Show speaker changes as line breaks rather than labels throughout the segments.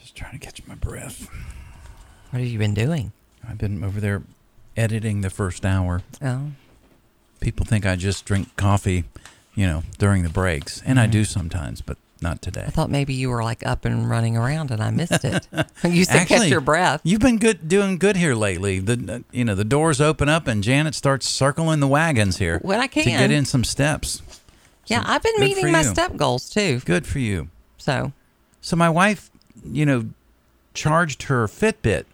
Just trying to catch my breath.
What have you been doing?
I've been over there editing the first hour.
Oh,
People think I just drink coffee, you know, during the breaks, and I do sometimes, but not today.
Mm-hmm. I thought maybe you were like up and running around, and I missed it. you said
Actually,
catch your breath.
You've been good, doing good here lately. The uh, you know the doors open up and Janet starts circling the wagons here
When I
to get
can.
in some steps.
yeah, I've been
good for
meeting my
you.
step goals too.
Good for you.
So
So my wife, you know, charged her Fitbit.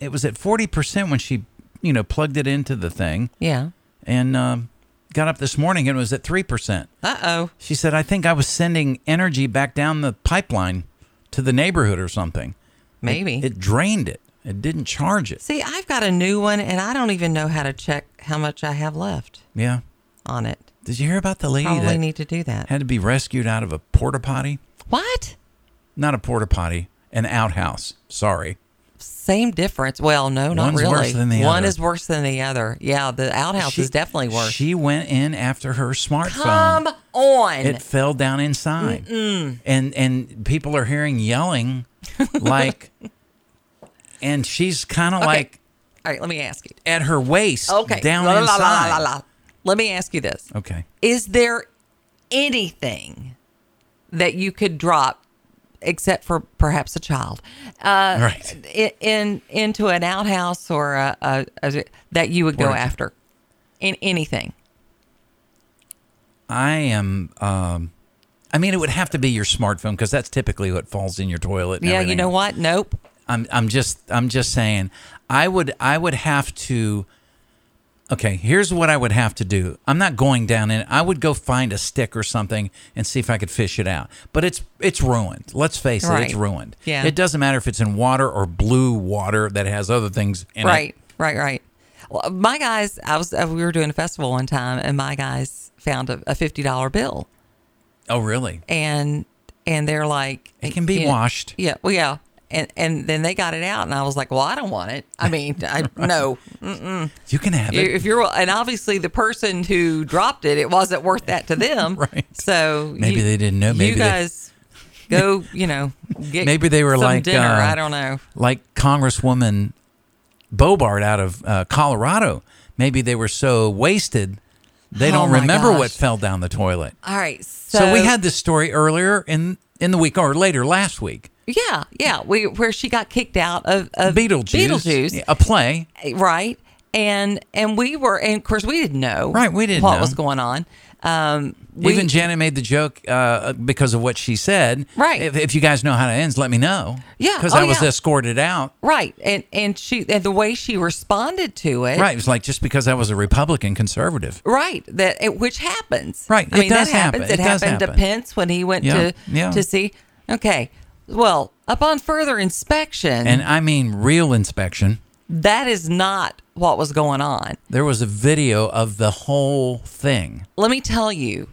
It was at forty percent when she, you know, plugged it into the thing,
yeah.
and um, got up this morning and it was at three percent.
Uh oh.
She said, "I think I was sending energy back down the pipeline to the neighborhood or something.
Maybe.
It drained it. It didn't charge it.
See, I've got a new one, and I don't even know how to check how much I have left
Yeah."
on it.
Did you hear about the lady
Probably
that
need to do that.
had to be rescued out of a porta potty?
What?
Not a porta potty, an outhouse. Sorry.
Same difference. Well, no, not
One's
really.
worse than the
One
other.
is worse than the other. Yeah, the outhouse is definitely worse.
She went in after her smartphone.
Come on.
It fell down inside. And and people are hearing yelling like and she's kind of like
All right, let me ask you.
at her waist
Okay.
down
La, la, la,
inside.
la, la, la. Let me ask you this.
Okay.
Is there anything that you could drop except for perhaps a child uh,
Right.
i- in into an outhouse or a, a, a, that you would go
Porta-
after in anything
I am um I mean it would have to be your smartphone cuz that's typically what falls in your toilet. and
yeah you
everything
know
else.
what nope
I'm I'm just I'm just saying I would I would have to Okay, here's what I would have to do. I'm not going down in. I would go find a stick or something and see if I could fish it out. But it's it's ruined. Let's face it, it's
Right.
ruined.
Yeah.
It doesn't matter if it's in water or blue water that has other things in
right
it.
right right well, my guys i was uh, we were doing a festival one time and my guys found a, a $50 bill
Oh, really?
and and they're like
It can be
you know-
washed.
yeah well yeah and and then they got it out and i was like well i don't want it i mean i no
You can have it.
if you're and obviously the person who dropped it it wasn't worth that to them
Right.
so
Maybe they didn't know. Maybe
you
they-
guys go you know get
Maybe they were
some
like,
dinner
uh,
i don't know
like Congresswoman Bobart out of uh, Colorado. Maybe they were so wasted they
Oh
don't
my
remember what
gosh.
fell down the toilet.
all right so,
So, we had this story earlier in in the week or later last week.
yeah yeah we, where she got kicked out of, of
Beetlejuice,
beetlejuice eh,
Yeah, a play.
right and and we were and of course we didn't know
Right, we didn't
what
know.
was going on um we,
Even Janet made the joke uh, because of what she said.
Right.
If, if you guys know how it ends, let me know.
Yeah,
Because
oh,
I was
yeah.
escorted out.
right and and she and the way she responded to it
Right. It was like just because I was a Republican conservative.
Right, that it, which happens.
Right,
I
it
mean
does
that happens.
happen.
It,
It does
happened
happen.
to Pence when he went
Yeah,
to
yeah.
to see. Okay, well, upon further inspection,
And I mean, real inspection.
that is not what was going on.
There was a video of the whole thing.
Let me tell you,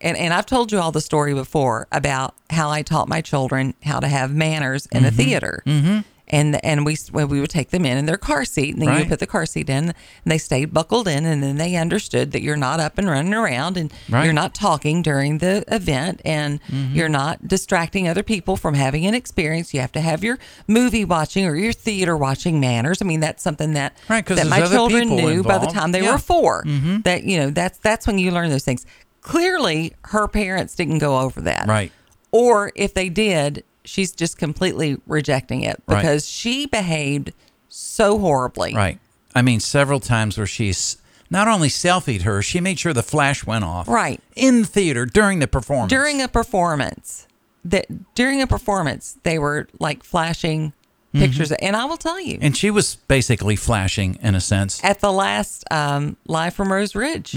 and and I've told you all the story before about how I taught my children how to have manners in the theater. Mm-hmm. And, and we well, we would take them in in their car seat, and then you
Right.
would put the car seat in, and they stayed buckled in, and then they understood that you're not up and running around, and
Right. Mm-hmm.
you're not talking during the event, and you're not distracting other people from having an experience. You have to have your movie watching or your theater watching manners. I mean, that's something that
Right, 'cause
that
there's
my
other
children
people
knew by the
involved.
time they
Yeah.
were four.
Mm-hmm.
That you know, that's that's when you learn those things. Clearly, her parents didn't go over that,
Right.
Or if they did, she's just completely rejecting it
Right.
because she behaved so horribly.
Right. I mean, several times where she's not only selfied her, she made sure the flash went off.
Right.
In the theater during the performance.
during a performance that during a performance they were like flashing
Mm-hmm.
pictures and i will tell you
And she was basically flashing in a sense.
at the last um, live from rose ridge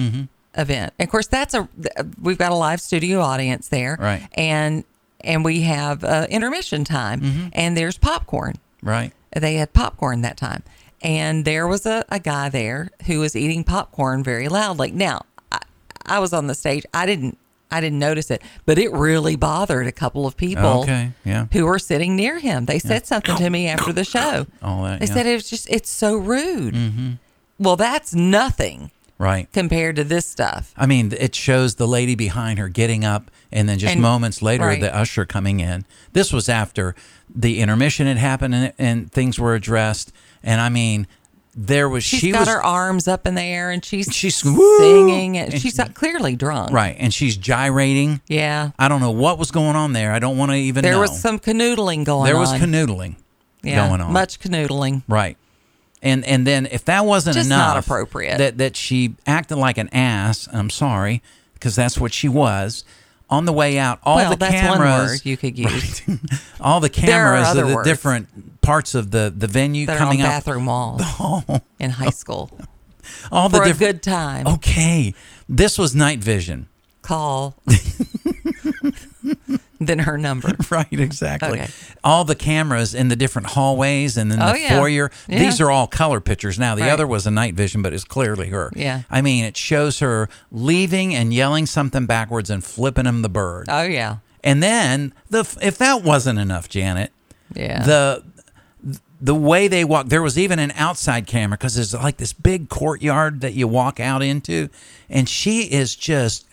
event of course that's a th- we've got a live studio audience there
Right.
and and we have uh, intermission time and there's popcorn
Right.
they had popcorn that time and there was a, a guy there who was eating popcorn very loudly now I, I was on the stage i didn't i didn't notice it but it really bothered a couple of people
Okay, yeah.
who were sitting near him they said something to me after the show
All that,
they
yeah. Mm-hmm.
said it was just it's so rude well that's nothing
Right.
compared to this stuff.
I mean, it shows the lady behind her getting up, and then just
And-
moments later,
right.
the usher coming in. This was after the intermission had happened and, and things were addressed. And I mean, there was
She's
she
got
was
her arms up in the air and she's
She's-
singing and
And-
she's not clearly drunk.
right, and she's gyrating.
Yeah.
I don't know what was going on there. I don't want to even
There
know.
was some canoodling going
there
on.
was canoodling
yeah,
going on.
Much canoodling.
Right. And and then if that wasn't
Just
enough,
not appropriate.
That that she acted like an ass. I'm sorry, because that's what she was. On the way out, all
well,
the
that's
cameras,
one word you could use.
all the
There are
cameras
other
of the
words.
different parts of the the venue
That are on
coming up,
bathroom walls in high school.
all the
For a
different. Oh.
good time.
okay, this was night vision.
Call. then her number.
Right, exactly.
Okay.
All the cameras in the different hallways and then
Oh,
the
yeah.
foyer.
Yeah.
These are all color pictures. Now, the
Right.
other was a night vision, but it's clearly her.
Yeah.
I mean, it shows her leaving and yelling something backwards and flipping him the bird.
Oh, yeah.
and then, the if that wasn't enough, Janet,
Yeah.
the the way they walk there was even an outside camera because there's like this big courtyard that you walk out into and she is just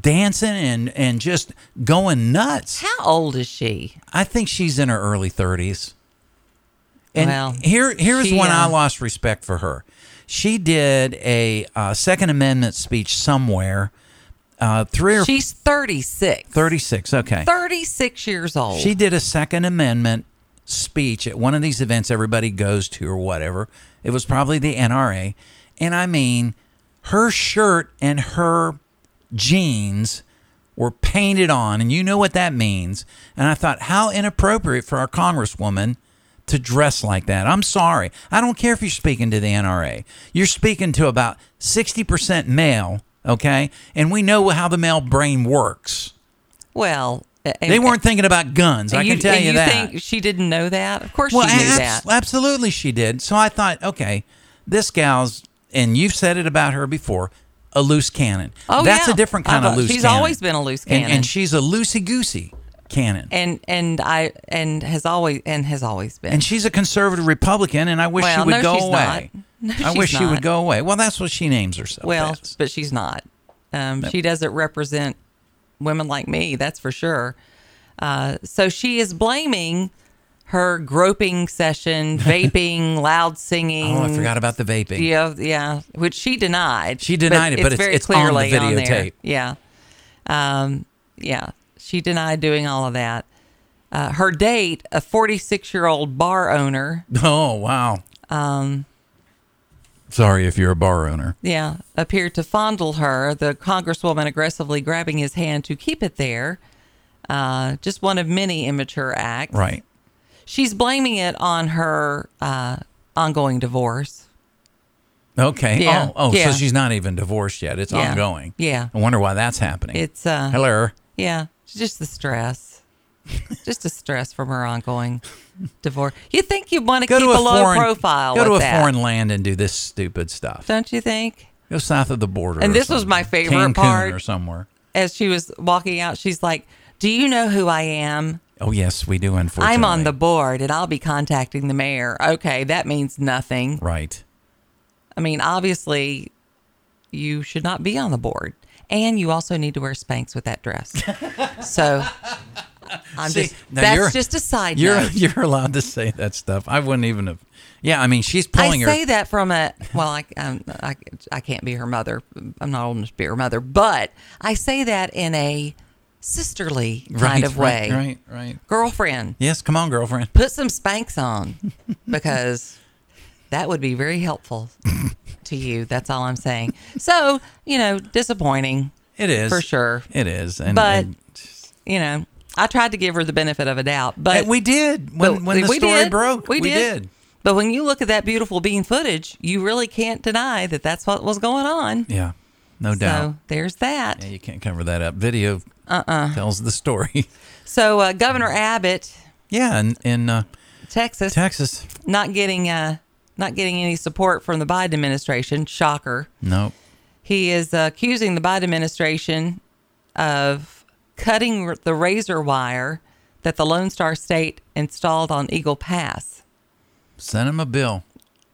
dancing and and just going nuts
How old is she?
i think she's in her early 30s and
Well,
here here's
she,
when i
uh,
lost respect for her she did a uh, second amendment speech somewhere uh, three or
She's 36.
36 okay
36 years old.
she did a Second Amendment speech at one of these events everybody goes to or whatever. It was probably the NRA. And I mean, her shirt and her jeans were painted on, and you know what that means. And I thought, how inappropriate for our congresswoman to dress like that. I'm sorry. I don't care if you're speaking to the NRA. You're speaking to about 60% male, okay? And we know how the male brain works.
well, a- and-
They weren't thinking about guns. I
and
can tell
and
you, that.
think she didn't know that? Of course
well,
she knew
abs-
that.
absolutely, she did. So I thought, okay, this gal's, and you've said it about her before, a loose cannon.
Oh,
that's
yeah.
a different kind
I've,
of
uh,
loose.
she's
cannon.
always been a loose
And- and,
cannon.
she's a loosey goosey cannon. And,
And and I and has always and has always been.
she's a conservative Republican, and I wish
Well,
she would
no,
go
she's
away.
not. No,
I wish
she's
she would
not.
go away. Well, that's what she names herself.
well,
as.
but she's not. Um, She doesn't represent women like me. That's for sure. Uh, so she is blaming her groping session, vaping, loud singing.
oh, I forgot about the vaping.
Yeah, yeah, which she denied.
She denied it, but it's- it's on the videotape.
yeah, um, yeah, she denied doing all of that. Uh, her date, a 46 year old bar owner,
Oh, wow. Um, Sorry if you're a bar owner.
yeah, appeared to fondle her. The congresswoman aggressively grabbing his hand to keep it there. Uh, just one of many immature acts.
Right.
She's blaming it on her uh, ongoing divorce.
Okay.
Yeah.
Oh, oh
Yeah.
so she's not even divorced yet. It's
Yeah.
ongoing.
Yeah.
I wonder why that's happening.
It's uh,
Hello.
Yeah, it's just the stress. just the stress from her ongoing divorce. You think you want to
Go
keep
to
a,
a,
low
foreign
profile
Go
with
to a
that,
foreign land and do this stupid stuff.
don't you think?
Go south of the border.
And
or
this was my
something.
favorite
Cancun
part.
or somewhere.
As she was walking out, she's like, "Do you know who I am?
Oh yes, we do. Unfortunately,
I'm on the board, and I'll be contacting the mayor." Okay, that means nothing.
right.
I mean, obviously, you should not be on the board, and you also need to wear Spanx with that dress. so, I'm
See,
just
now
that's
you're-
just a side
You're
note.
you're allowed to say that stuff. I wouldn't even have. Yeah, I mean, she's
I
pulling
say
her.
that from a well, I, um, I I can't be her mother. I'm not old enough to be her mother, but I say that in a sisterly kind
right,
of
right,
way.
Right, right.
Girlfriend,
Yes, come on, girlfriend.
put some spanks on because that would be very helpful to you. That's all I'm saying. So you know, disappointing.
It is
For sure.
It is. And,
But-
and-
You know, I tried to give her the benefit of a doubt, but
and we did when
but
when the
we
story
did.
broke.
We,
did.
did. But when you look at that beautiful bean footage, you really can't deny that that's what was going on.
Yeah, no doubt.
So there's that.
Yeah, you can't cover that up. Video
Uh-uh.
tells the story.
So uh, Governor Abbott,
yeah, in, in uh,
Texas,
Texas.
not getting uh, not getting any support from the Biden administration. Shocker.
No.
He is uh, accusing the Biden administration of cutting r- the razor wire that the Lone Star State installed on Eagle Pass.
Send him a bill.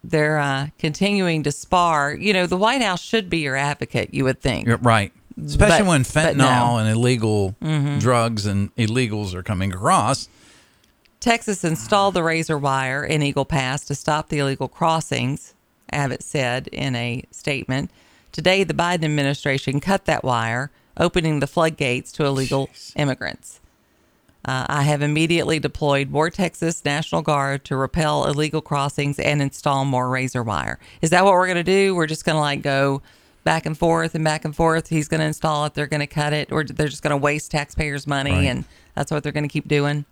they're uh, continuing to spar. You know, the White House should be your advocate, you would think.
You're right. Especially
But-
when
but
fentanyl
no. Mm-hmm.
and illegal drugs and illegals are coming across.
Texas installed the razor wire in Eagle Pass to stop the illegal crossings, Abbott said in a statement. Today, the Biden administration cut that wire, opening the floodgates to illegal immigrants. Uh, I have immediately deployed more Texas National Guard to repel illegal crossings and install more razor wire. Is that what we're going to do? We're just going to like go back and forth and back and forth. He's going to install it. They're going to cut it, or they're just going to waste taxpayers' money,
Right.
and that's what they're going to keep doing.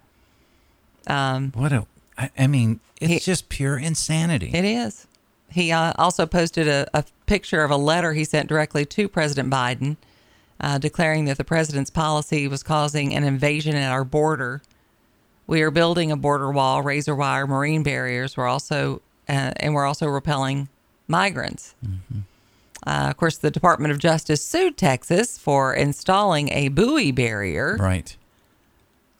What a, I, I mean, it's
He-
just pure insanity.
It is. He uh, also posted a, a picture of a letter he sent directly to President Biden, uh, declaring that the president's policy was causing an invasion at our border. We are building a border wall, razor wire, marine barriers. We're also uh, and we're also repelling migrants. Uh, of course, the Department of Justice sued Texas for installing a buoy barrier.
right.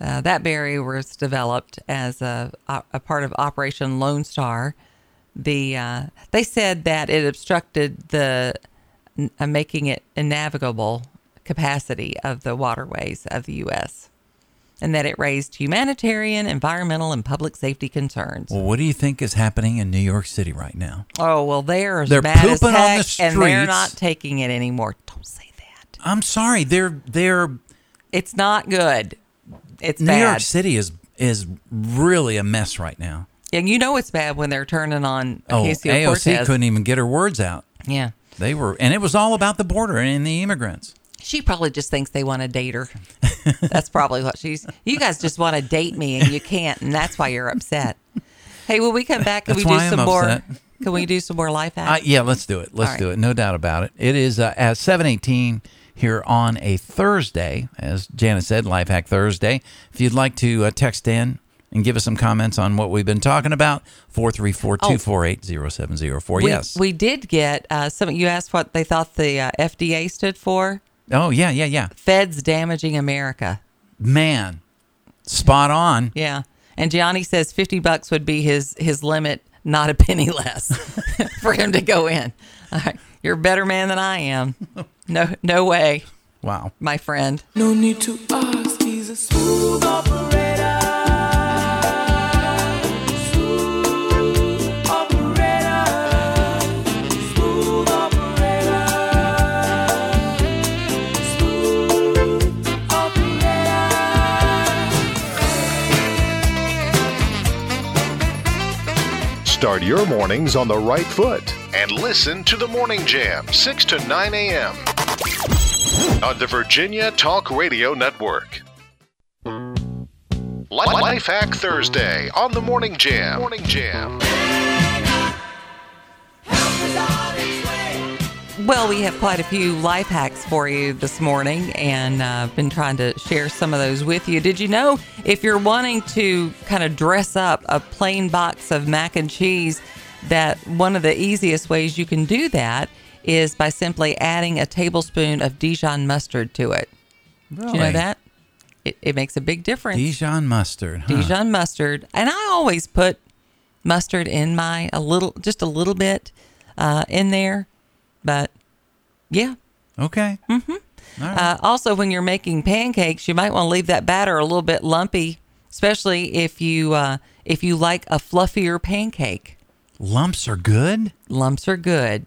Uh, that barrier was developed as a, a part of Operation Lone Star. The uh, they said that it obstructed the n- uh, making it innavigable capacity of the waterways of the U.S. and that it raised humanitarian, environmental, and public safety concerns.
Well, what do you think is happening in New York City right now?
oh well, they're as
They're
bad as
pooping on the
heck, and they're
streets.
not taking it anymore. Don't say that.
I'm sorry, they're they're
It's not good. It's
New
bad.
York City is is really a mess right now.
And you know it's bad when they're turning on
Oh,
Ocasio
AOC
Cortez.
couldn't even get her words out.
Yeah.
They were, and it was all about the border and the immigrants.
She probably just thinks they want to date her. That's probably what she's. You guys just want to date me and you can't, and that's why you're upset. Hey, when we come back, can
That's
we do
why I'm
some more?
upset.
Can we do some more life
Uh,
hacks?
yeah, let's do it. Let's
All
do it. No doubt about it. It is uh, at seven eighteen here on a Thursday, as Janice said, Life Hack Thursday. If you'd like to uh, text in and give us some comments on what we've been talking about, 434-248-0704.
we,
yes.
we did get uh, some. You asked what they thought the uh, FDA stood for.
oh yeah, yeah, yeah.
Feds damaging America.
Man, spot on.
Yeah, and Gianni says fifty bucks would be his his limit, not a penny less for him to go in. All right, you're a better man than I am. No, no way,
Wow.
my friend.
No need to ask, he's a smooth operator. Smooth operator. Smooth operator. Smooth operator.
Start your mornings on the right foot and listen to the Morning Jam, 6 to 9 a.m. on the Virginia Talk Radio Network. Li- Life Hack Thursday on the Morning Jam. Morning Jam.
Well, we have quite a few life hacks for you this morning, and uh, I've been trying to share some of those with you. Did you know if you're wanting to kind of dress up a plain box of mac and cheese, that one of the easiest ways you can do that is by simply adding a tablespoon of Dijon mustard to it.
Really?
Do you know that? It, it makes a big difference.
Dijon mustard. huh?
Dijon mustard, and I always put mustard in my a little, just a little bit uh, in there, but yeah.
Okay.
Hmm? Uh, also, when you're making pancakes, you might want to leave that batter a little bit lumpy, especially if you uh, if you like a fluffier pancake.
Lumps are good.
Lumps are good.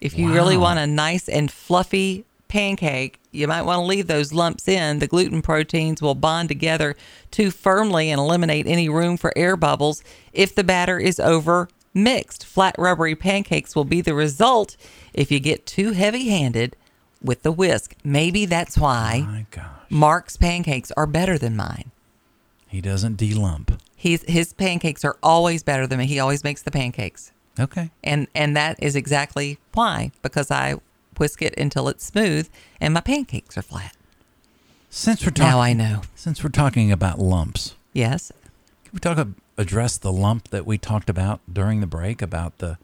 If you really
Wow.
want a nice and fluffy pancake, you might want to leave those lumps in. The gluten proteins will bond together too firmly and eliminate any room for air bubbles if the batter is over mixed. Flat rubbery pancakes will be the result if you get too heavy handed with the whisk. Maybe that's why
My gosh.
Mark's pancakes are better than mine.
He doesn't delump.
He's, his pancakes are always better than me. He always makes the pancakes
Okay.
and and that is exactly why because I whisk it until it's smooth and my pancakes are flat.
Since we're
Now
talking
I know.
since we're talking about lumps.
Yes,
Can we talk ab- address the lump that we talked about during the break about the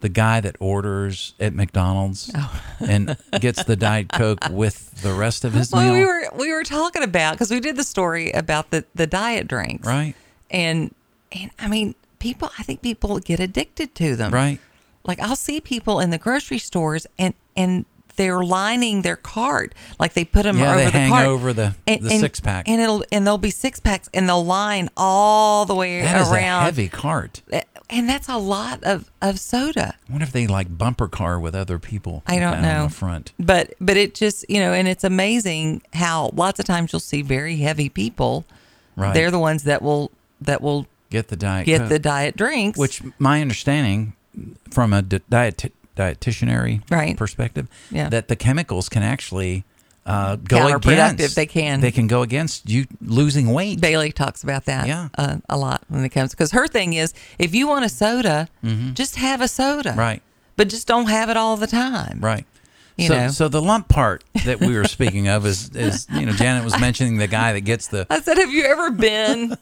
the guy that orders at McDonald's
Oh.
and gets the diet coke with the rest of his
well
meal?
we were we were talking about because we did the story about the the diet drinks
right.
and and I mean people, I think people get addicted to them.
Right.
Like I'll see people in the grocery stores and and they're lining their cart like they put them
Yeah,
over
they
the
hang
cart.
over the- the six-pack.
and it'll and there'll be six packs and they'll line all the way
That is
around
a heavy cart.
and that's a lot of of soda
I wonder if they like bumper car with other people.
I don't
down in
know.
the front.
but but it just you know and it's amazing how lots of times you'll see very heavy people
Right.
they're the ones that will that will
Get the diet.
get
Coke.
the diet drinks
which my understanding from a di- diet dietitianary
Right.
perspective
Yeah.
that the chemicals can actually uh, go
Counterproductive,
against
they can.
they can go against you losing weight
Bailey talks about that
Yeah.
uh, a lot when it comes because her thing is if you want a soda, just have a soda,
Mm-hmm. Right.
But just don't have it all the time,
right
You
so,
know.
so the lump part that we were speaking of is, is you know Janet was mentioning the guy that gets the
I said, have you ever been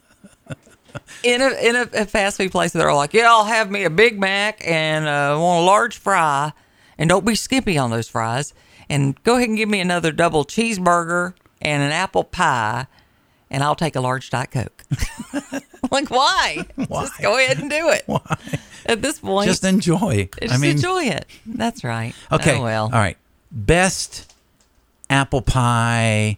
in a in a, a fast food place that are like, yeah, I'll have me a Big Mac and uh, want a large fry, and don't be skimpy on those fries, and go ahead and give me another double cheeseburger and an apple pie, and I'll take a large diet coke. like why?
Why?
Just go ahead and do it. Why? At this point,
just enjoy
Just
I mean
enjoy it. That's right.
okay
Oh, well.
all right best apple pie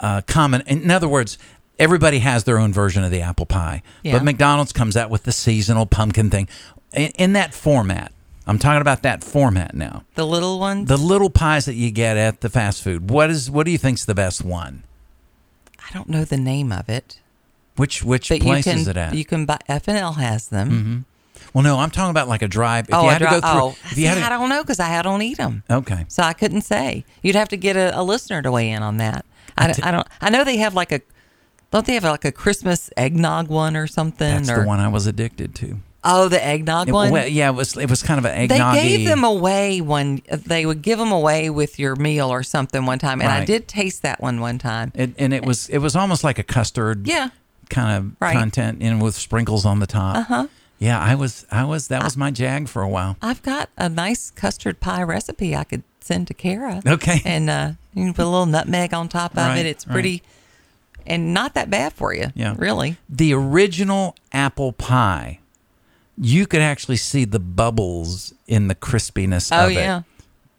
uh, common in other words everybody has their own version of the apple pie
Yeah.
but mcdonald's comes out with the seasonal pumpkin thing in, in that format i'm talking about that format now
The little ones.
the little pies that you get at the fast food what is what do you think's the best one
I don't know the name of it.
which which
But you
place
can
is it at Mm-hmm.
you can buy F and L has them.
well no i'm talking about like a drive if
Oh,
you
I
had to go
dri-
through
oh.
if you had
See, I
to,
don't know because I don't eat them,
okay
so I couldn't say. You'd have to get a, a listener to weigh in on that. I, don't- I don't. I know they have like a. Don't they have like a Christmas eggnog one or something?
that's
or
the one i was addicted to
oh, the eggnog
It-
one.
well, yeah it was it was kind of an
they
eggnog
gave them away when they would give them away with your meal or something one time, and I
Right.
did taste that one one time.
It, and it was it was almost like a custard
Yeah.
kind of
Right.
content and with sprinkles on the top. Uh-huh. Yeah, I was I was that was my jag for a while.
I've got a nice custard pie recipe I could send to Kara.
Okay.
And uh, you can put a little nutmeg on top of
Right,
it. It's
right.
pretty and not that bad for you.
Yeah.
Really.
The original apple pie, you could actually see the bubbles in the crispiness
Oh,
of it.
yeah.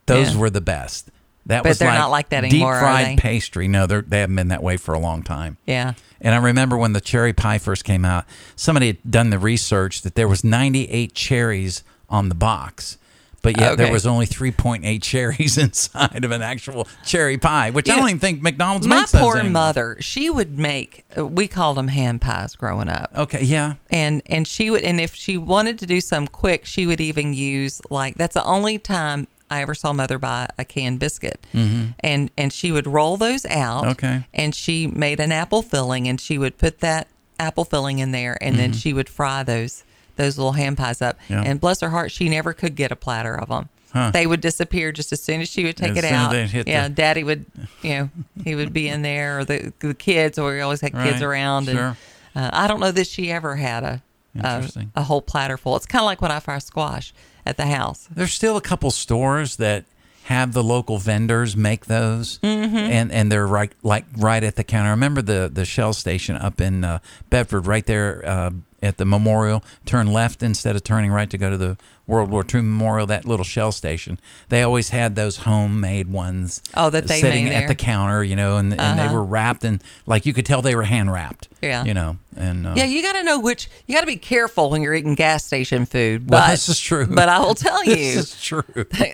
Those
yeah.
were the best. That
But
was
they're
like
not like that anymore,
Deep
are
fried
they?
pastry. No, they're, they haven't been that way for a long time.
Yeah.
And I remember when the cherry pie first came out, somebody had done the research that there was 98 cherries on the box, but yet there
Okay.
was only 3.8 cherries inside of an actual cherry pie, which I
You
don't
know,
even think McDonald's
My
makes those
poor
anymore.
mother, she would make we called them hand pies growing up.
Okay, yeah.
and and she would and if she wanted to do some quick she would even use like that's the only time i ever saw mother buy a canned biscuit mm-hmm. and and she would roll those out
Okay.
and she made an apple filling and she would put that apple filling in there and then she would fry those those little ham pies up
Mm-hmm. Yeah.
and bless her heart she never could get a platter of them They would disappear just as soon as she would take
As
it
soon as
out.
they'd hit
yeah,
the-
Daddy would, you know, he would be in there, or the, the kids, or we always had kids
Right,
around.
sure.
And uh, I don't know that she ever had a a,
Interesting.
a whole platter full. It's kind of like when I fry squash at the house.
There's still a couple stores that have the local vendors make those,
Mm-hmm.
and and they're right like right at the counter. I remember the the Shell station up in uh, Bedford, right there uh, at the memorial. Turn left instead of turning right to go to the World War II Memorial. That little Shell station, they always had those homemade ones.
Oh, that they
sitting
made
at the
there. Uh-huh.
counter, you know, and and they were wrapped and like you could tell they were hand wrapped.
Yeah.
you know, and uh,
Yeah, you got to know which. You got to be careful when you're eating gas station food. But,
Well, this is true.
But I will tell you,
this is true.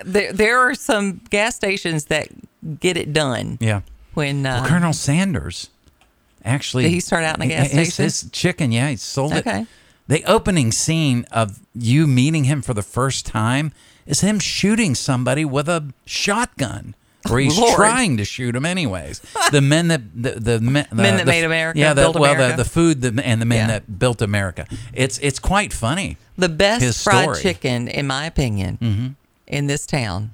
there there are some gas stations that get it done.
Yeah.
When uh,
Well, Colonel Sanders actually.
Did he start out in a gas
his,
station?
His chicken, yeah, he sold it.
Okay.
The opening scene of you meeting him for the first time is him shooting somebody with a shotgun. Or he's
Lord.
trying to shoot him, anyways. The men that the the men, the,
Men that
the-
made America,
yeah, the,
built
well,
America.
the the food that, and the men
Yeah.
that built America. It's it's quite funny.
the
his
best fried
story. Mm-hmm.
chicken, in my opinion, in this town,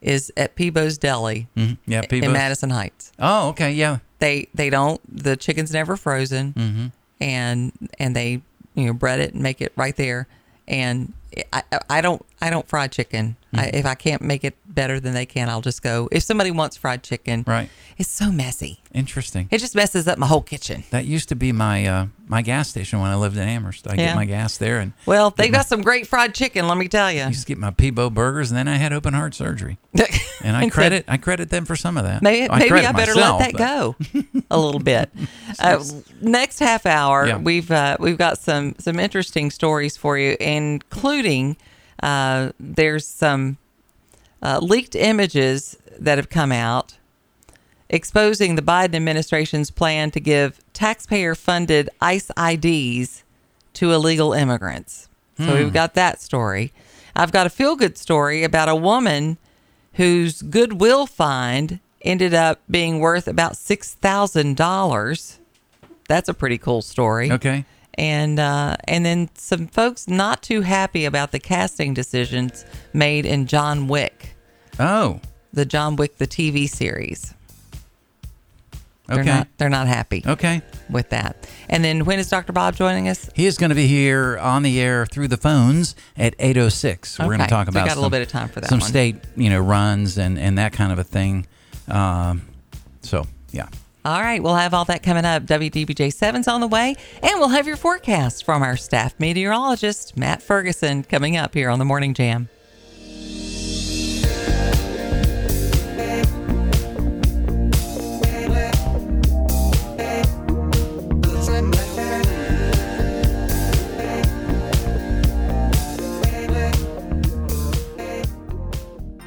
is at Peebo's Deli
Yeah, people.
in Madison Heights.
Oh, okay, yeah,
they they don't the chicken's never frozen and and they you know bread it and make it right there and I I- I don't I don't fry chicken I, if I can't make it better than they can, I'll just go. If somebody wants fried chicken,
Right.
It's so messy.
Interesting.
It just messes up my whole kitchen.
That used to be my uh, my gas station when I lived in Amherst. I
Yeah.
get my gas there and
Well, they got some great fried chicken. Let me tell you.
used to get my Peebo burgers, and then I had open heart surgery. And I
And so-
credit I credit them for some of that.
Maybe,
I
maybe
credit
I better
myself,
let that
but-
go a little bit. Uh, next half hour,
Yeah.
we've uh, we've got some some interesting stories for you, including uh, there's some uh, leaked images that have come out exposing the Biden administration's plan to give taxpayer-funded ICE IDs to illegal immigrants. So we've got that story. I've got a feel-good story about a woman whose goodwill find ended up being worth about six thousand dollars. That's a pretty cool story.
Okay.
And uh, and then some folks not too happy about the casting decisions made in John Wick,
Oh.
the John Wick the TV series. They're
Okay. Oh.
not they're not happy
Okay.
with that. And then when is Dr. Bob joining us?
He is going to be here on the air through the phones at 8:06. We're going
Okay.
to talk
So we
about
got a little
some-
bit of time for that
Some
one.
state, you know, runs and and that kind of a thing. Um, so yeah,
All right, we'll have all that coming up. WDBJ 7's on the way, and we'll have your forecast from our staff meteorologist, Matt Ferguson, coming up here on the Morning Jam.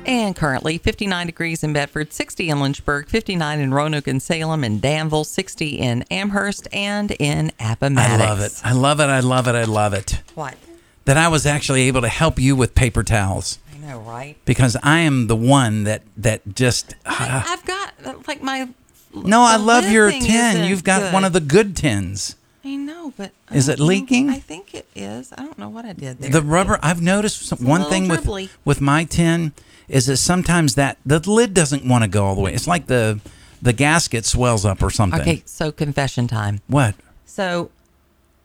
And currently 59 degrees in Bedford, 60 in Lynchburg, 59 in Roanoke and Salem and Danville, 60 in Amherst and in
I
Appomattox.
love it. I love it. I love it. I love it.
What?
That I was actually able to help you with paper towels
I know, right?
because I am the one that that just.
I, I've got uh, like my.
no, I
the
love
lid
your
thing
tin.
isn't
You've got one
good.
of the good tins.
I know, but um, I
Is
don't
it
know.
leaking?
I think it is. I don't know what I did there.
The rubber. I've noticed some,
a
one
little
thing with
dribbly.
with my tin is that sometimes that the lid doesn't want to go all the way. It's like the the gasket swells up or something.
Okay, so confession time.
What?
So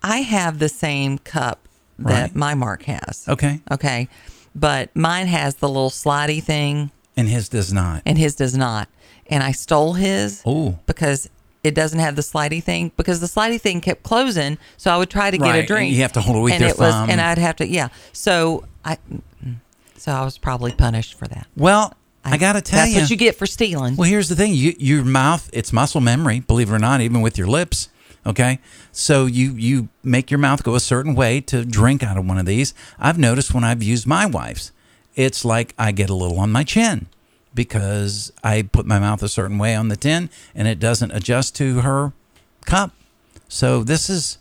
I have the same cup that
Right.
my mark has.
Okay.
Okay. But mine has the little slidey thing
And his does not.
and his does not. And I stole his
Oh.
because it doesn't have the slidey thing because the slidey thing kept closing. So I would try to get
Right,
a
and
drink.
you have to hold it with
and
your
it was,
thumb.
And I'd have to, yeah. So I, mm, so I was probably punished for that.
Well, I, gotta tell
that's
you.
what you get for stealing.
Well, here's the thing: you, your mouth, it's muscle memory, believe it or not, even with your lips. Okay, so you you make your mouth go a certain way to drink out of one of these. I've noticed when I've used my wife's, it's like I get a little on my chin because I put my mouth a certain way on the tin, and it doesn't adjust to her cup. So this is.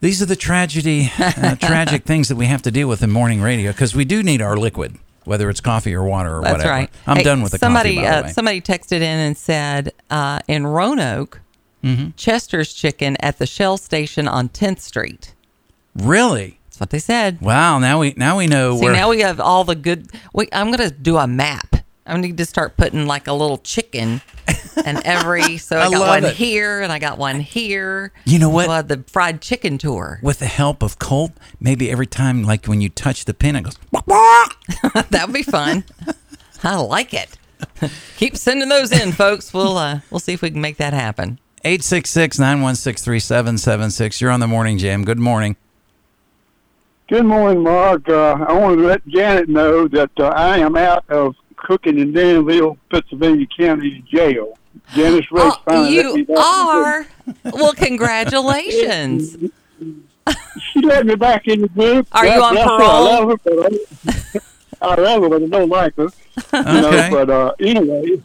These are the tragedy, uh, tragic things that we have to deal with in morning radio because we do need our liquid, whether it's coffee or water or
That's
whatever.
right.
I'm
Hey,
done with the
somebody,
coffee. By the
uh,
way.
Somebody texted in and said uh, in Roanoke,
Mm-hmm.
Chester's chicken at the Shell station on 10th Street.
Really?
That's what they said.
Wow. Now we now we know
See,
where.
now we have all the good. Wait, I'm gonna do a map. I need to start putting like a little chicken and every. So I,
I
got
love
one
it.
here and I got one here.
You know what?
Well, the fried chicken tour.
with the help of Colt, maybe every time, like when you touch the pin, it goes.
that would be fun. I like it. Keep sending those in, folks. We'll uh, we'll see if we can make that happen.
866 916 3776. You're on the morning jam. Good morning.
Good morning, Mark. Uh, I want to let Janet know that uh, I am out of cooking in Danville, Pennsylvania County Jail. Janice Rose
Oh,
finally let me
you
back In.
are. Well, congratulations.
She let me back in the group.
Are you on
bless her.
parole?
I love her, but I, I love her, but I don't like her. You
Okay.
know, but uh, anyway,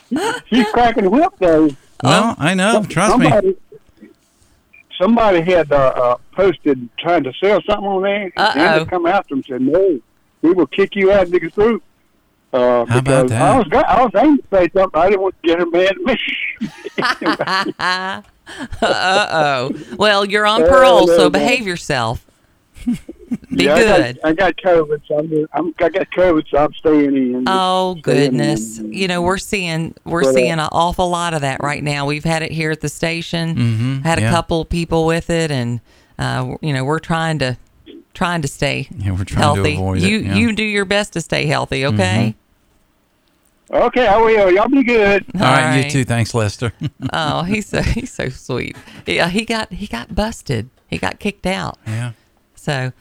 she's cracking the whip though.
well, I know. Trust me.
Um, somebody, Somebody had uh, uh, posted trying to sell something on there.
Uh-oh.
and Janet come after them and said, "No, we will kick you out of the group." Uh,
How about
because
that?
I was go- I was aiming to say something. I didn't want to get her mad at me.
Uh oh. Well, you're on parole,
no,
so
no.
behave yourself. Be
Yeah,
good.
I got, I got COVID, so I'm, I'm I got COVID, so I'm staying in.
Oh
Staying in.
goodness. You know, we're seeing we're
But, uh,
seeing an awful lot of that right now. We've had it here at the station. Had a
Mm-hmm. yeah.
couple people with it and uh, you know, we're trying to trying to stay
Yeah, we're trying to
healthy.
avoid it,
you
yeah.
you do your best to stay healthy, okay?
Okay, I will. Y'all be good.
Mm-hmm. All right, you
right.
too. Thanks, Lester.
Oh, he's so he's so sweet. Yeah, he got he got busted. He got kicked out.
yeah.
So,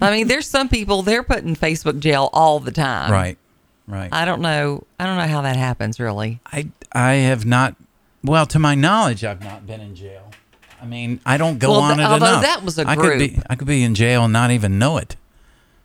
I mean, there's some people they're put in Facebook jail all the time.
Right. Right.
Um, I don't know. I don't know how that happens really.
I I have not. Well, to my knowledge, I've not been in jail. I mean, I don't go
Well,
on it
th- although
enough.
that was a
I could be
group.
I could be in jail and not even know it.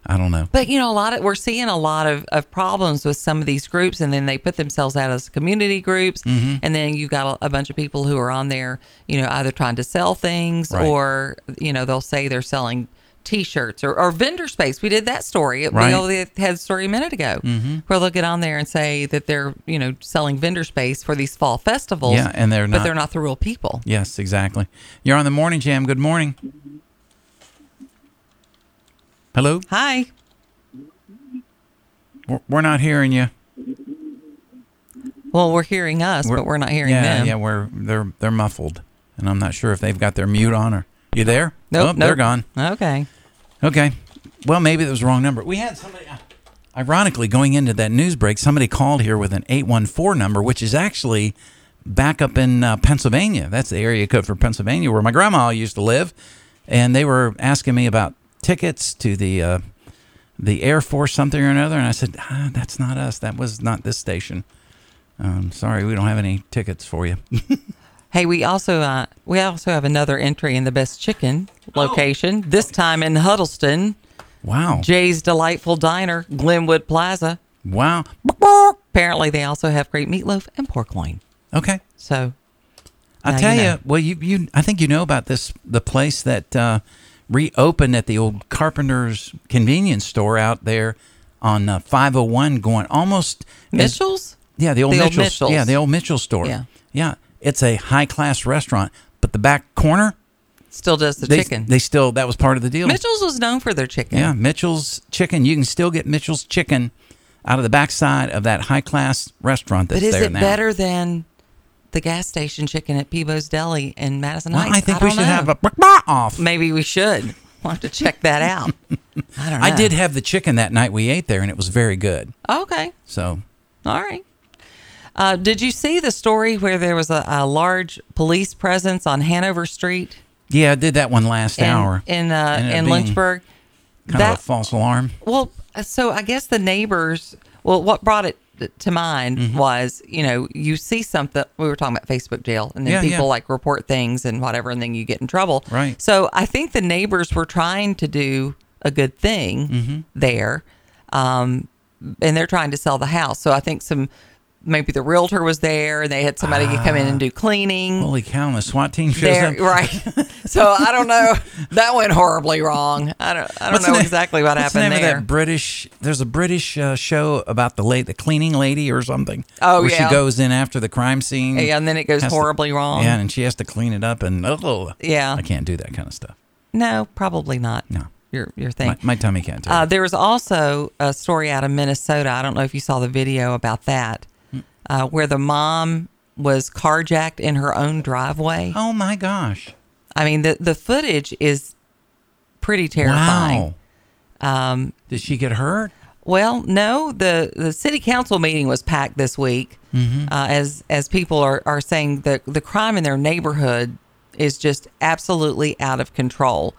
I don't know.
But you know, a lot of we're seeing a lot of, of problems with some of these groups, and then they put themselves out as community groups,
Mm-hmm.
and then you've got a, a bunch of people who are on there, you know, either trying to sell things
Right.
or you know they'll say they're selling T-shirts or, or vendor space. We did that story.
Right. Mm-hmm.
We only had a story a minute ago where they'll get on there and say that they're you know selling vendor space for these fall festivals.
Yeah, and they're
but
not.
they're not the real people.
Yes, exactly. You're on the morning jam. Good morning. Hello.
Hi.
We're- We're not hearing you.
Well, we're hearing us, but we're not hearing
yeah,
them.
Yeah, we're they're they're muffled, and I'm not sure if they've got their mute on or you there?
Nope,
oh,
nope.
they're gone.
Okay.
Okay. Well, maybe that was the wrong number. We had somebody, uh, ironically, going into that news break, somebody called here with an 814 number, which is actually back up in uh, Pennsylvania. That's the area code for Pennsylvania where my grandma used to live. And they were asking me about tickets to the. Uh, the Air Force, something or another, and I said, ah, "That's not us. That was not this station." Um, sorry, we don't have any tickets for you.
Hey, we also uh, we also have another entry in the best chicken
Oh.
location. this time in Huddleston,
Wow,
Jay's Delightful Diner, Glenwood Plaza.
wow.
Apparently, they also have great meatloaf and pork loin.
Okay,
So,
I
Now
tell
you
you,
know.
well, you, you, I think you know about this, the place that uh, reopened at the old Carpenter's convenience store out there on uh, 501 going almost.
Mitchell's.
Yeah, the old
The old
Mitchell's.
Mitchell's.
Yeah, the old Mitchell store.
Yeah.
Yeah. It's a high class restaurant, but the back corner,
still does the
they,
chicken.
they still, that was part of the deal.
Mitchell's was known for their chicken.
Yeah, Mitchell's chicken. You can still get Mitchell's chicken out of the backside of that high class restaurant that's
but is
there
it
now.
better than the gas station chicken at Peebo's Deli in Madison
Well,
Heights?
I think we
don't
should have
know.
a off.
Maybe we should. We'll have to check that out. I don't know.
I did have the chicken that night we ate there, and it was very good.
Okay.
So,
All right. Uh, did you see the story where there was a, a large police presence on Hanover Street
yeah, I did that one last
in
hour.
in,
Ended
uh,
up
in
being
Lynchburg?
Kind of a false alarm.
Well, so I guess the neighbors. Well, what brought it to mind
Mm-hmm.
was you know you see something. We were talking about Facebook jail, and then
Yeah,
people
yeah.
like report things and whatever, and then you get in trouble.
Right.
So I think the neighbors were trying to do a good thing
Mm-hmm.
there, um, and they're trying to sell the house. So I think some. Maybe the realtor was there, and they had somebody come in and do cleaning.
Holy cow! And the SWAT team Ah. shows
there,
up.
right? So I don't know. That went horribly wrong. I don't. I don't
What's the
know
name-
exactly what
what's
happened
the name
there.
Of that British. There's a British uh, show about the late the cleaning lady or something.
Oh,
where
yeah.
she goes in after the crime scene.
Yeah, and then it goes
Mm. has to-
horribly wrong.
Yeah, and she has to clean it up, and oh,
Yeah.
I can't do that kind of stuff.
No, probably not.
No.
your your thing.
My, my tummy can't do
uh,
it.
there was also a story out of Minnesota. I don't know if you saw the video about that,
Mm.
uh, where the mom was carjacked in her own driveway.
Oh my gosh!
I mean, the the footage is pretty terrifying.
Wow. Um, did she get hurt?
Well, no, the, the city council meeting was packed this week,
Mm-hmm.
uh, as as people are, are saying the the crime in their neighborhood is just absolutely out of control.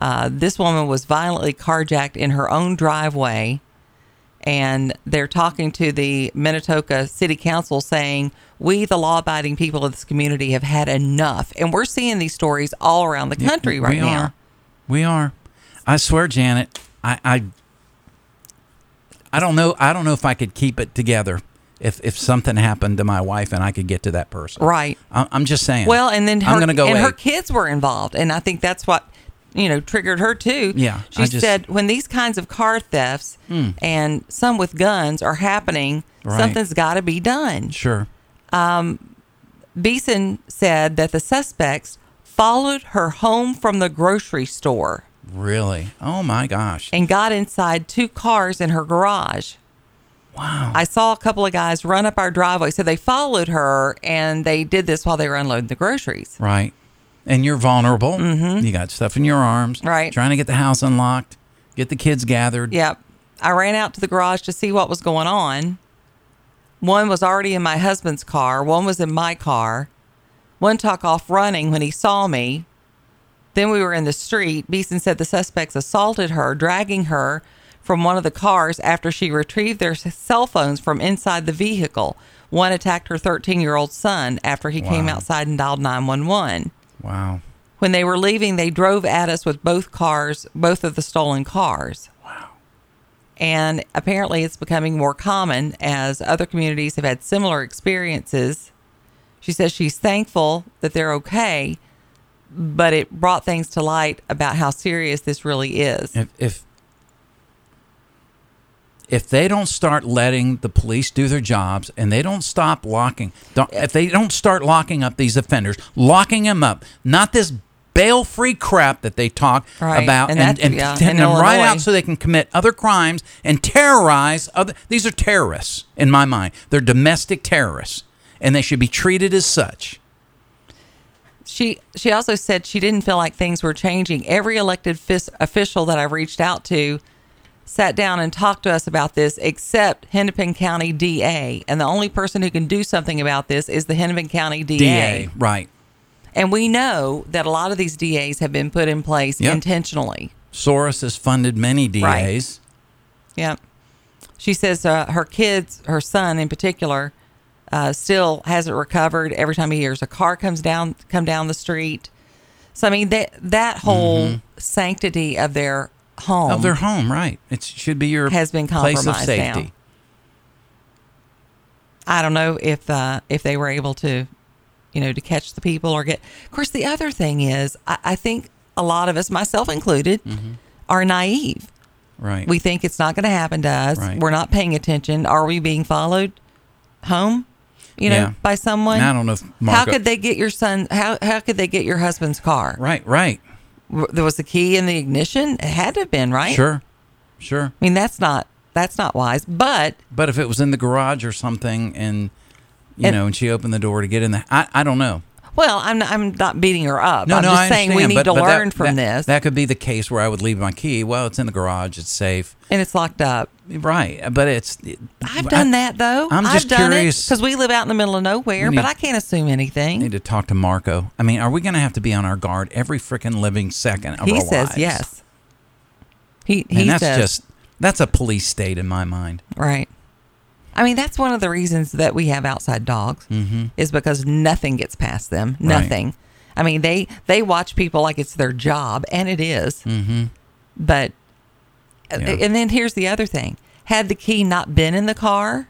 Uh, this woman was violently carjacked in her own driveway, and they're talking to the Minnetonka City Council, saying we, the law abiding people of this community, have had enough, and we're seeing these stories all around the country right
we
now.
Are. We are. I swear, Janet, I, I I don't know I don't know if I could keep it together if if something happened to my wife and I could get to that person.
Right.
I, I'm just saying.
Well, and then her,
I'm gonna go
and her
eight.
kids were involved, and I think that's what you know triggered her too.
Yeah,
she
I just- Hmm.
said when these kinds of car thefts and some with guns are happening,
Right.
something's got to be done.
Sure.
Beeson said that the suspects followed her home from the grocery store
Really? Oh my gosh.
and got inside two cars in her garage. Wow. I saw a couple of guys run up our driveway. So they followed her and they did this while they were unloading the groceries.
Right. And you're vulnerable. Mm-hmm. You got stuff in your arms.
Right.
Trying to get the house unlocked. Get the kids gathered.
Yep. I ran out to the garage to see what was going on. One was already in my husband's car, one was in my car. One took off running when he saw me. Then we were in the street. Beeson said the suspects assaulted her, dragging her from one of the cars after she retrieved their s- cell phones from inside the vehicle. One attacked her 13 year old son after he came
Wow.
outside and dialed 911.
Wow.
When they were leaving, they drove at us with both cars, both of the stolen cars. Wow. And apparently, it's becoming more common as other communities have had similar experiences. She says she's thankful that they're okay, but it brought things to light about how serious this really is.
If if if they don't start letting the police do their jobs and they don't stop locking, don't, if they don't start locking up these offenders, locking them up, not this bail-free crap that they talk
Right,
about,
and
and,
that's-
and,
yeah,
send
in
them right out
Illinois.
so they can commit other crimes and terrorize other. These are terrorists in my mind. They're domestic terrorists, and they should be treated as such.
She she also said she didn't feel like things were changing. Every elected fis- official that I reached out to sat down and talked to us about this, except Hennepin County DA, and the only person who can do something about this is the Hennepin County DA.
DA, right?
And we know that a lot of these DAs have been put in place
Yep.
intentionally.
Soros has funded many DAs.
Right. Yeah. She says uh, her kids, her son in particular, uh, still hasn't recovered. Every time he hears a car comes down, come down the street. So I mean that that whole sanctity of their home,
Mm-hmm. of their Oh, home, right? It should be your
Has been
place of
compromised now.
safety.
I don't know if uh, if they were able to, you know, to catch the people or get. Of course, the other thing is, I, I think a lot of us, myself included,
Mm-hmm.
are naive.
Right.
We think it's not going to happen to us.
Right.
We're not paying attention. Are we being followed home? You know,
Yeah.
by someone.
And I don't know if
how
Marco-
could they get your son? How how could they get your husband's car?
right, right.
W- There was the key in the ignition. It had to have been right.
Sure. Sure.
I mean, that's not that's not wise. But
But if it was in the garage or something and you
And-
know, and she opened the door to get in the I, I don't know.
well, I'm not, I'm not beating her up.
No,
I'm
no,
just
I
saying we
understand,
need
but-
to
but that-
learn from
that-
this.
That could be the case where I would leave my key. Well, it's in the garage, it's safe.
and it's locked up.
Right. But it's
I've done that though.
I'm just
have done
curious.
because we live out in the middle of nowhere,
We
but
need-
I can't assume anything.
I need to talk to Marco. I mean, are we going to have to be on our guard every freaking living second of
he
our
says
lives?
yes. He he
And that's
says
just that's a police state in my mind.
right. I mean, that's one of the reasons that we have outside dogs
Mm-hmm.
is because nothing gets past them. Nothing. I mean, they they watch people like it's their job, and it Mm-hmm. But uh, and then here's the other thing: had the key not been in the car,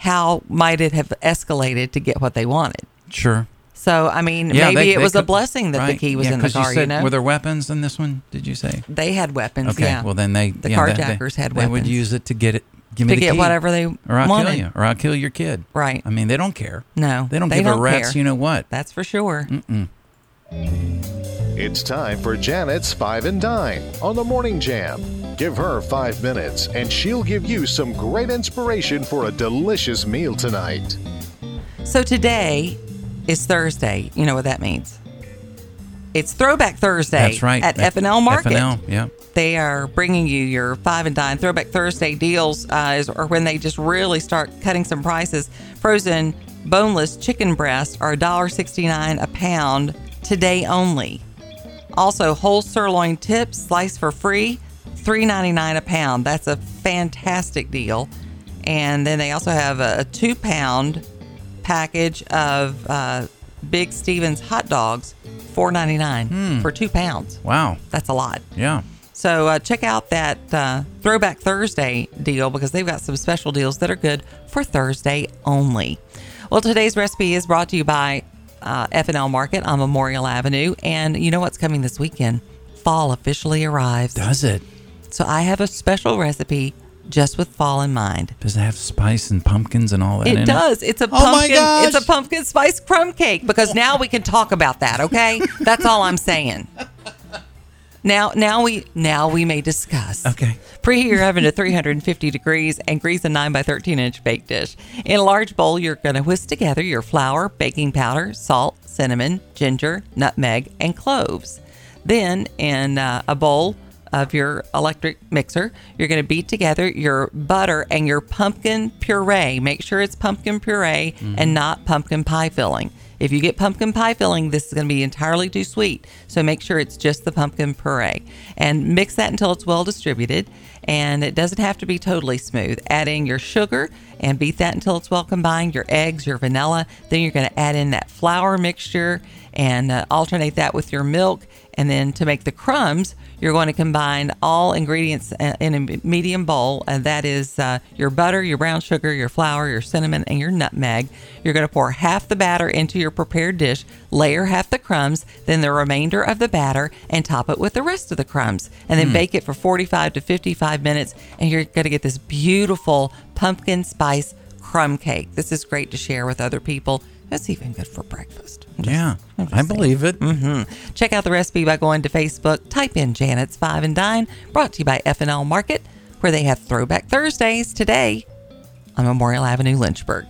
how might it have escalated to get what they wanted?
Sure.
So I mean,
Yeah,
maybe
they-
it
they
was a
could-
blessing that the
right.
key was
Yeah,
in the
'cause you
car. You,
said-
know,
Were there weapons in this one? Did you say?
they had weapons.
Okay.
yeah.
Well, then they
the
yeah, they- they-
carjackers had
They
weapons.
would use it to get it. Give me
To
the
get
key,
whatever they
or I'll
wanted.
kill you, or I'll kill your kid.
Right.
I mean, they don't care.
No,
They don't
they
give
don't
a rat's.
care.
You know what?
That's for sure.
It's time for Janet's Five and Dime on the Morning Jam. Give her five minutes and she'll give you some great inspiration for a delicious meal tonight.
So today is Thursday. You know what that means? It's Throwback Thursday.
That's right.
At
That-
FNL Market.
FNL. Yeah.
They are bringing you your five and dime Throwback Thursday deals, uh, is, or when they just really start cutting some prices. Frozen boneless chicken breasts are $1.69 a pound today only. Also, whole sirloin tips sliced for free, $3.99 a pound. That's a fantastic deal. And then they also have a, a two pound package of uh, Big Stevens hot dogs, $4.99 for two pounds.
Wow.
That's a lot.
Yeah.
So uh, check out that uh, Throwback Thursday deal because they've got some special deals that are good for Thursday only. Well, today's recipe is brought to you by uh, FNL Market on Memorial Avenue, and you know what's coming this weekend? Fall officially arrives.
Does it?
So I have a special recipe just with fall in mind.
Does it have spice and pumpkins and all that? in
It does. It's a
Oh my
pumpkin.
gosh.
It's a pumpkin spice crumb cake because now we can talk about that. Okay, that's all I'm saying. Now, now we now we may discuss.
Okay.
Preheat your oven to 350 degrees and grease a 9 by 13 inch bake dish. In a large bowl, you're going to whisk together your flour, baking powder, salt, cinnamon, ginger, nutmeg, and cloves. Then, in uh, a bowl, of your electric mixer. You're going to beat together your butter and your pumpkin puree. Make sure it's pumpkin puree and not pumpkin pie filling. If you get pumpkin pie filling, this is going to be entirely too sweet. So make sure it's just the pumpkin puree and mix that until it's well distributed. And it doesn't have to be totally smooth. Add in your sugar and beat that until it's well combined, your eggs, your vanilla. Then you're going to add in that flour mixture and uh, alternate that with your milk. And then to make the crumbs, you're going to combine all ingredients uh, in a medium bowl, and that is uh, your butter, your brown sugar, your flour, your cinnamon, and your nutmeg. You're going to pour half the batter into your prepared dish, layer half the crumbs, then the remainder of the batter, and top it with the rest of the crumbs. And then bake it for 45 to 55 minutes, and you're going to get this beautiful pumpkin spice crumb cake. This is great to share with other people. That's even good for breakfast.
Yeah, I believe it.
Mm-hmm. Check out the recipe by going to Facebook, type in Janet's Five and Dine, brought to you by F&L Market, where they have Throwback Thursdays today on Memorial Avenue, Lynchburg.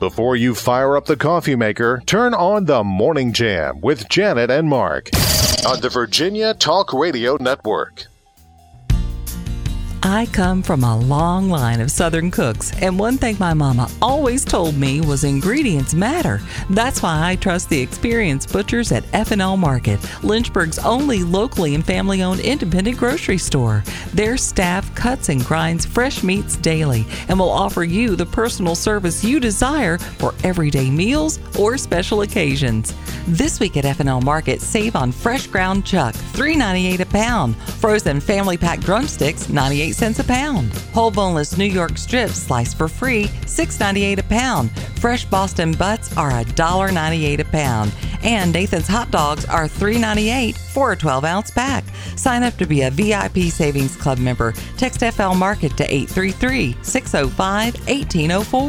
Before you fire up the coffee maker, turn on the Morning Jam with Janet and Mark on the Virginia Talk Radio Network.
I come from a long line of Southern cooks, and one thing my mama always told me was ingredients matter. That's why I trust the experienced butchers at F&L Market, Lynchburg's only locally and family-owned independent grocery store. Their staff cuts and grinds fresh meats daily and will offer you the personal service you desire for everyday meals or special occasions. This week at F&L Market, save on fresh ground chuck, $3.98 a pound, frozen family pack drumsticks, 98 cents a pound, whole boneless New York strips sliced for free, $6.98 a pound, fresh Boston butts are $1.98 a pound, and Nathan's hot dogs are $3.98 for a 12 ounce pack. Sign up to be a VIP Savings Club member. Text FL Market to 833 605 1804.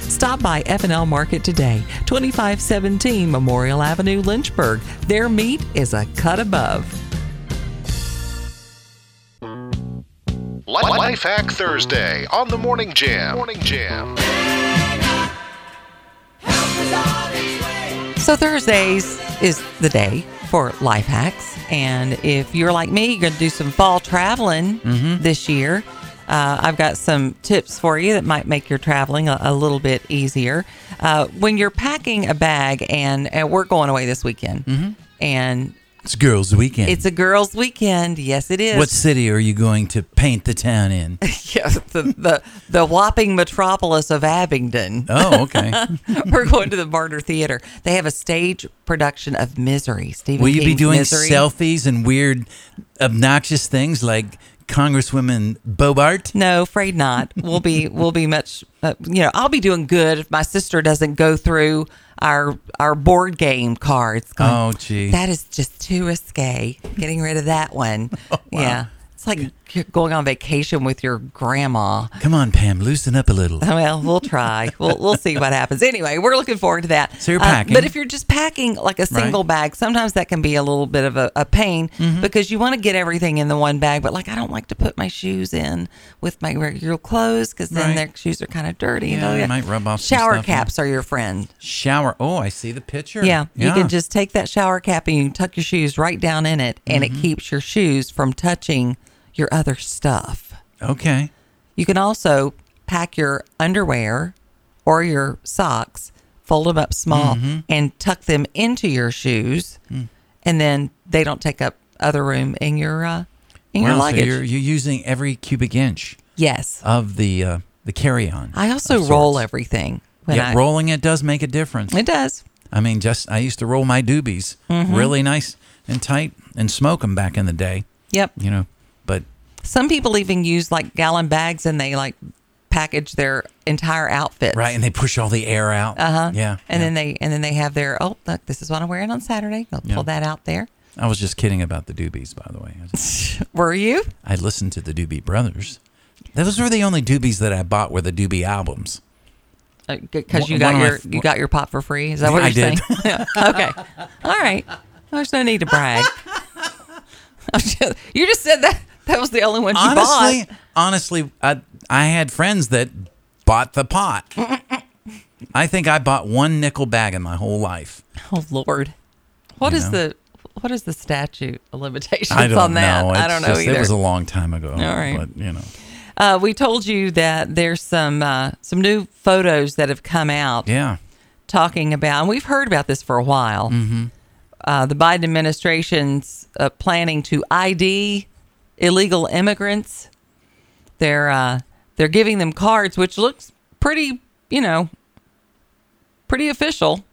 Stop by FNL Market today, 2517 Memorial Avenue, Lynchburg. Their meat is a cut above.
Li- Life Hack Thursday on the Morning Jam. Morning Jam.
So Thursdays is the day for life hacks, and if you're like me, you're gonna do some fall traveling
Mm-hmm.
this year. Uh, I've got some tips for you that might make your traveling a, a little bit easier. Uh, when you're packing a bag, and, and we're going away this weekend,
Mm-hmm.
and
It's girls' weekend.
it's a girls' weekend. Yes, it is.
what city are you going to paint the town in?
yeah, the, the the whopping metropolis of Abingdon?
Oh, okay.
we're going to the Barter Theater. They have a stage production of Misery. Stephen
Will you be
King's
doing
Misery.
selfies and weird, obnoxious things like Congresswoman Bobart?
No, afraid not. We'll be we'll be much. Uh, you know, I'll be doing good if my sister doesn't go through our our board game cards.
Oh, gee.
that is just too risque. Getting rid of that one. Yeah, it's like you're going on vacation with your grandma.
Come on, Pam, loosen up a little.
Well, we'll try. we'll we'll see what happens. Anyway, we're looking forward to that.
So you're
Uh,
packing.
but if you're just packing like a single bag, sometimes that can be a little bit of a, a pain
Mm-hmm.
because you want to get everything in the one bag. But like, I don't like to put my shoes in with my regular clothes because then
Right.
their shoes are kind of dirty.
Yeah,
and
it might rub off some
Shower
stuff, yeah.
caps are your friend.
Shower. Oh, I see the picture.
Yeah, you can just take that shower cap and you can tuck your shoes right down in it, and
Mm-hmm.
it keeps your shoes from touching your other stuff.
Okay.
You can also pack your underwear or your socks, fold them up small,
Mm-hmm.
and tuck them into your shoes,
Hmm.
and then they don't take up other room in your uh, in your
Wow,
luggage.
So you're, you're using every cubic inch
yes,
of the uh, the carry on.
I also roll
it.
everything. When
Yeah,
I,
rolling it does make a difference.
It Mm-hmm. does.
I mean, just I used to roll my doobies really nice and tight and smoke them back in the day,
Yep.
you know. But
Some people even use like gallon bags, and they like package their entire outfit.
right, and they push all the air out. Uh huh. Yeah.
Uh-huh. And
yeah.
then they and then they have their oh look this is what I'm wearing on Saturday. They'll
Yeah.
pull that out there.
I was just kidding about the doobies, by the way.
Were you?
I listened to the Doobie Brothers. Those were the only doobies that I bought were the Doobie albums.
because
One-
Uh, you got
one of my
your
f-
you got your pot for free. Is that what
I
you're saying?
did.
Yeah. okay, all right. There's no need to brag. I'm just- you just said that that was the only one you
honestly,
bought.
honestly, I I had friends that bought the pot. I think I bought one nickel bag in my whole life.
Oh Lord, what
You
is
know.
the what is the statute of limitations
I don't
on that?
know.
I
It's
don't know
just-
either.
It was a long time ago. All
right.
But, you know,
uh, we told you that there's some uh, some new photos that have come out
yeah.
talking about, and we've heard about this for a while. Uh, the Biden administration's uh, planning to ID illegal immigrants. They're uh, they're giving them cards, which looks pretty, you know, pretty official.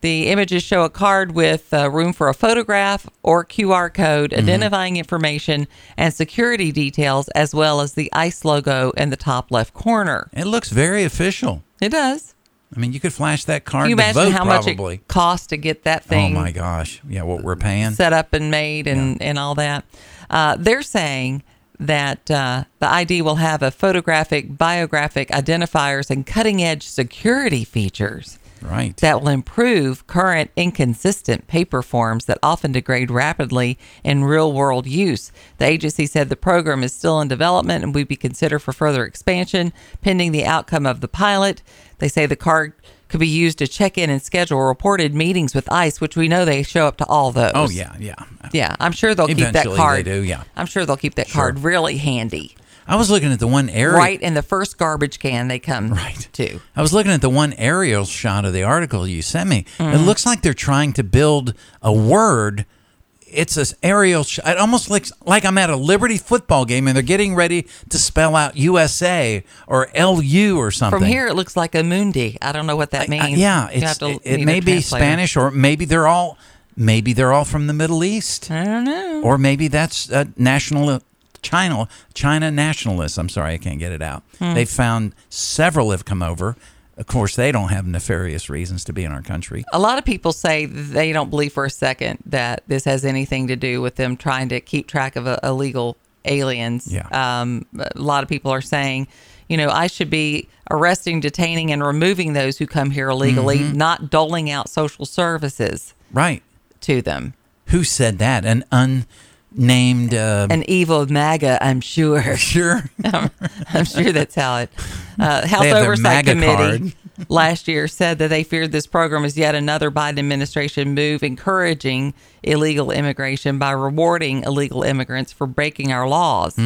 The images show a card with uh, room for a photograph or QR code, identifying information and security details, as well as the ICE logo in the top left corner.
It looks very official.
It does.
I mean, you could flash that card
Can you
to
imagine
vote
how
probably.
much it costs to get that thing
Oh my gosh. Yeah, what we're paying.
set up and made and, and all that. Uh, they're saying that uh, the ID will have a photographic, biographic identifiers, and cutting edge security features
Right.
that will improve current inconsistent paper forms that often degrade rapidly in real world use. The agency said the program is still in development and would be considered for further expansion pending the outcome of the pilot. They say the card could be used to check in and schedule reported meetings with ICE, which we know they show up to all those.
oh yeah, yeah.
Yeah, I'm sure they'll keep
Eventually
that
they
card.
do, yeah.
I'm sure they'll keep that card really handy.
I was looking at the one area
Right in the first garbage can they come
Right.
to.
I was looking at the one aerial shot of the article you sent me.
Mm.
It looks like they're trying to build a word. It's an aerial shot. It almost looks like I'm at a Liberty football game and they're getting ready to spell out USA or LU or something.
From here, it looks like a mundi. I don't know what that means.
Uh, yeah,
You
it's,
have to
it,
need
it
a
may be
translator.
Spanish or maybe they're all maybe they're all from the Middle East. I don't know. Or maybe that's uh, national China China nationalists. I'm sorry, I can't get it out.
Hmm.
They found several have come over. Of course, they don't have nefarious reasons to be in our country.
A lot of people say they don't believe for a second that this has anything to do with them trying to keep track of uh, illegal aliens.
Yeah.
Um, a lot of people are saying, you know, I should be arresting, detaining, and removing those who come here illegally,
Mm-hmm.
not doling out social services
Right?
to them.
Who said that? An unnamed. Uh,
An evil MAGA, I'm sure.
sure.
I'm sure that's how it. Uh, House
They have their
Oversight
MAGA
Committee last year said that they feared this program is yet another Biden administration move encouraging illegal immigration by rewarding illegal immigrants for breaking our laws.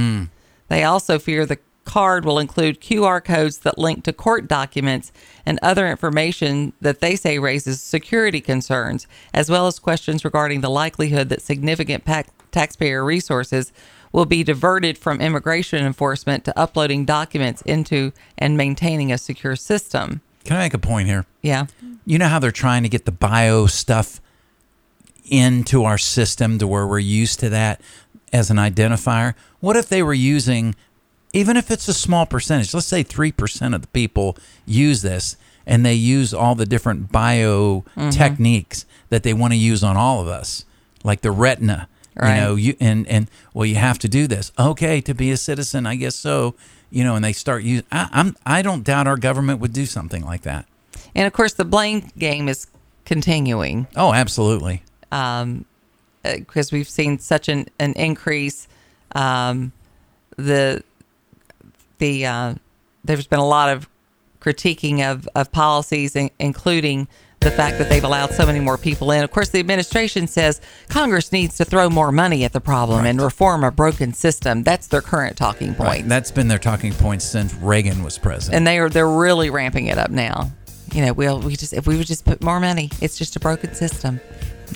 They also fear the card will include QR codes that link to court documents and other information that they say raises security concerns, as well as questions regarding the likelihood that significant pac- taxpayer resources will be diverted from immigration enforcement to uploading documents into and maintaining a secure system.
Can I make a point here?
Yeah.
you know how they're trying to get the bio stuff into our system to where we're used to that as an identifier? What if they were using, even if it's a small percentage, let's say 3% of the people use this and they use all the different bio techniques that they want to use on all of us, like the retina.
Right.
You know, you and and well, you have to do this. Okay, to be a citizen, I guess so. You know, and they start using. I, I'm I don't doubt our government would do something like that.
And of course, the blame game is continuing.
Oh, absolutely.
because we've seen such an, an increase. Um, the the uh, there's been a lot of critiquing of, of policies, in, including the fact that they've allowed so many more people in. Of course, the administration says Congress needs to throw more money at the problem and reform a broken system. That's their current talking point,
Right. That's been their talking point since Reagan was president.
and they are they're really ramping it up now. You know, we'll we just if we would just put more money, it's just a broken system.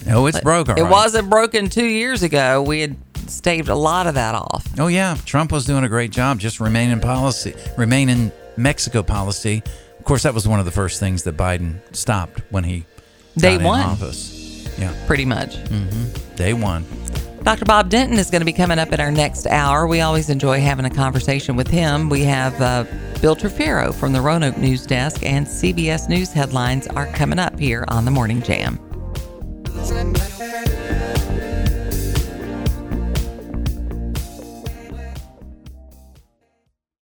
no, it's broke. all
It
right.
wasn't broken two years ago. We had staved a lot of that off.
Oh yeah, Trump was doing a great job. Just remain in policy, remain in Mexico policy. Of course, that was one of the first things that Biden stopped when he
Day
got in
one.
office. Yeah,
pretty much.
day one.
Dr. Bob Denton is going to be coming up in our next hour. We always enjoy having a conversation with him. We have uh, Bill Trefero from the Roanoke News Desk, and CBS News headlines are coming up here on the Morning Jam.
Thank you.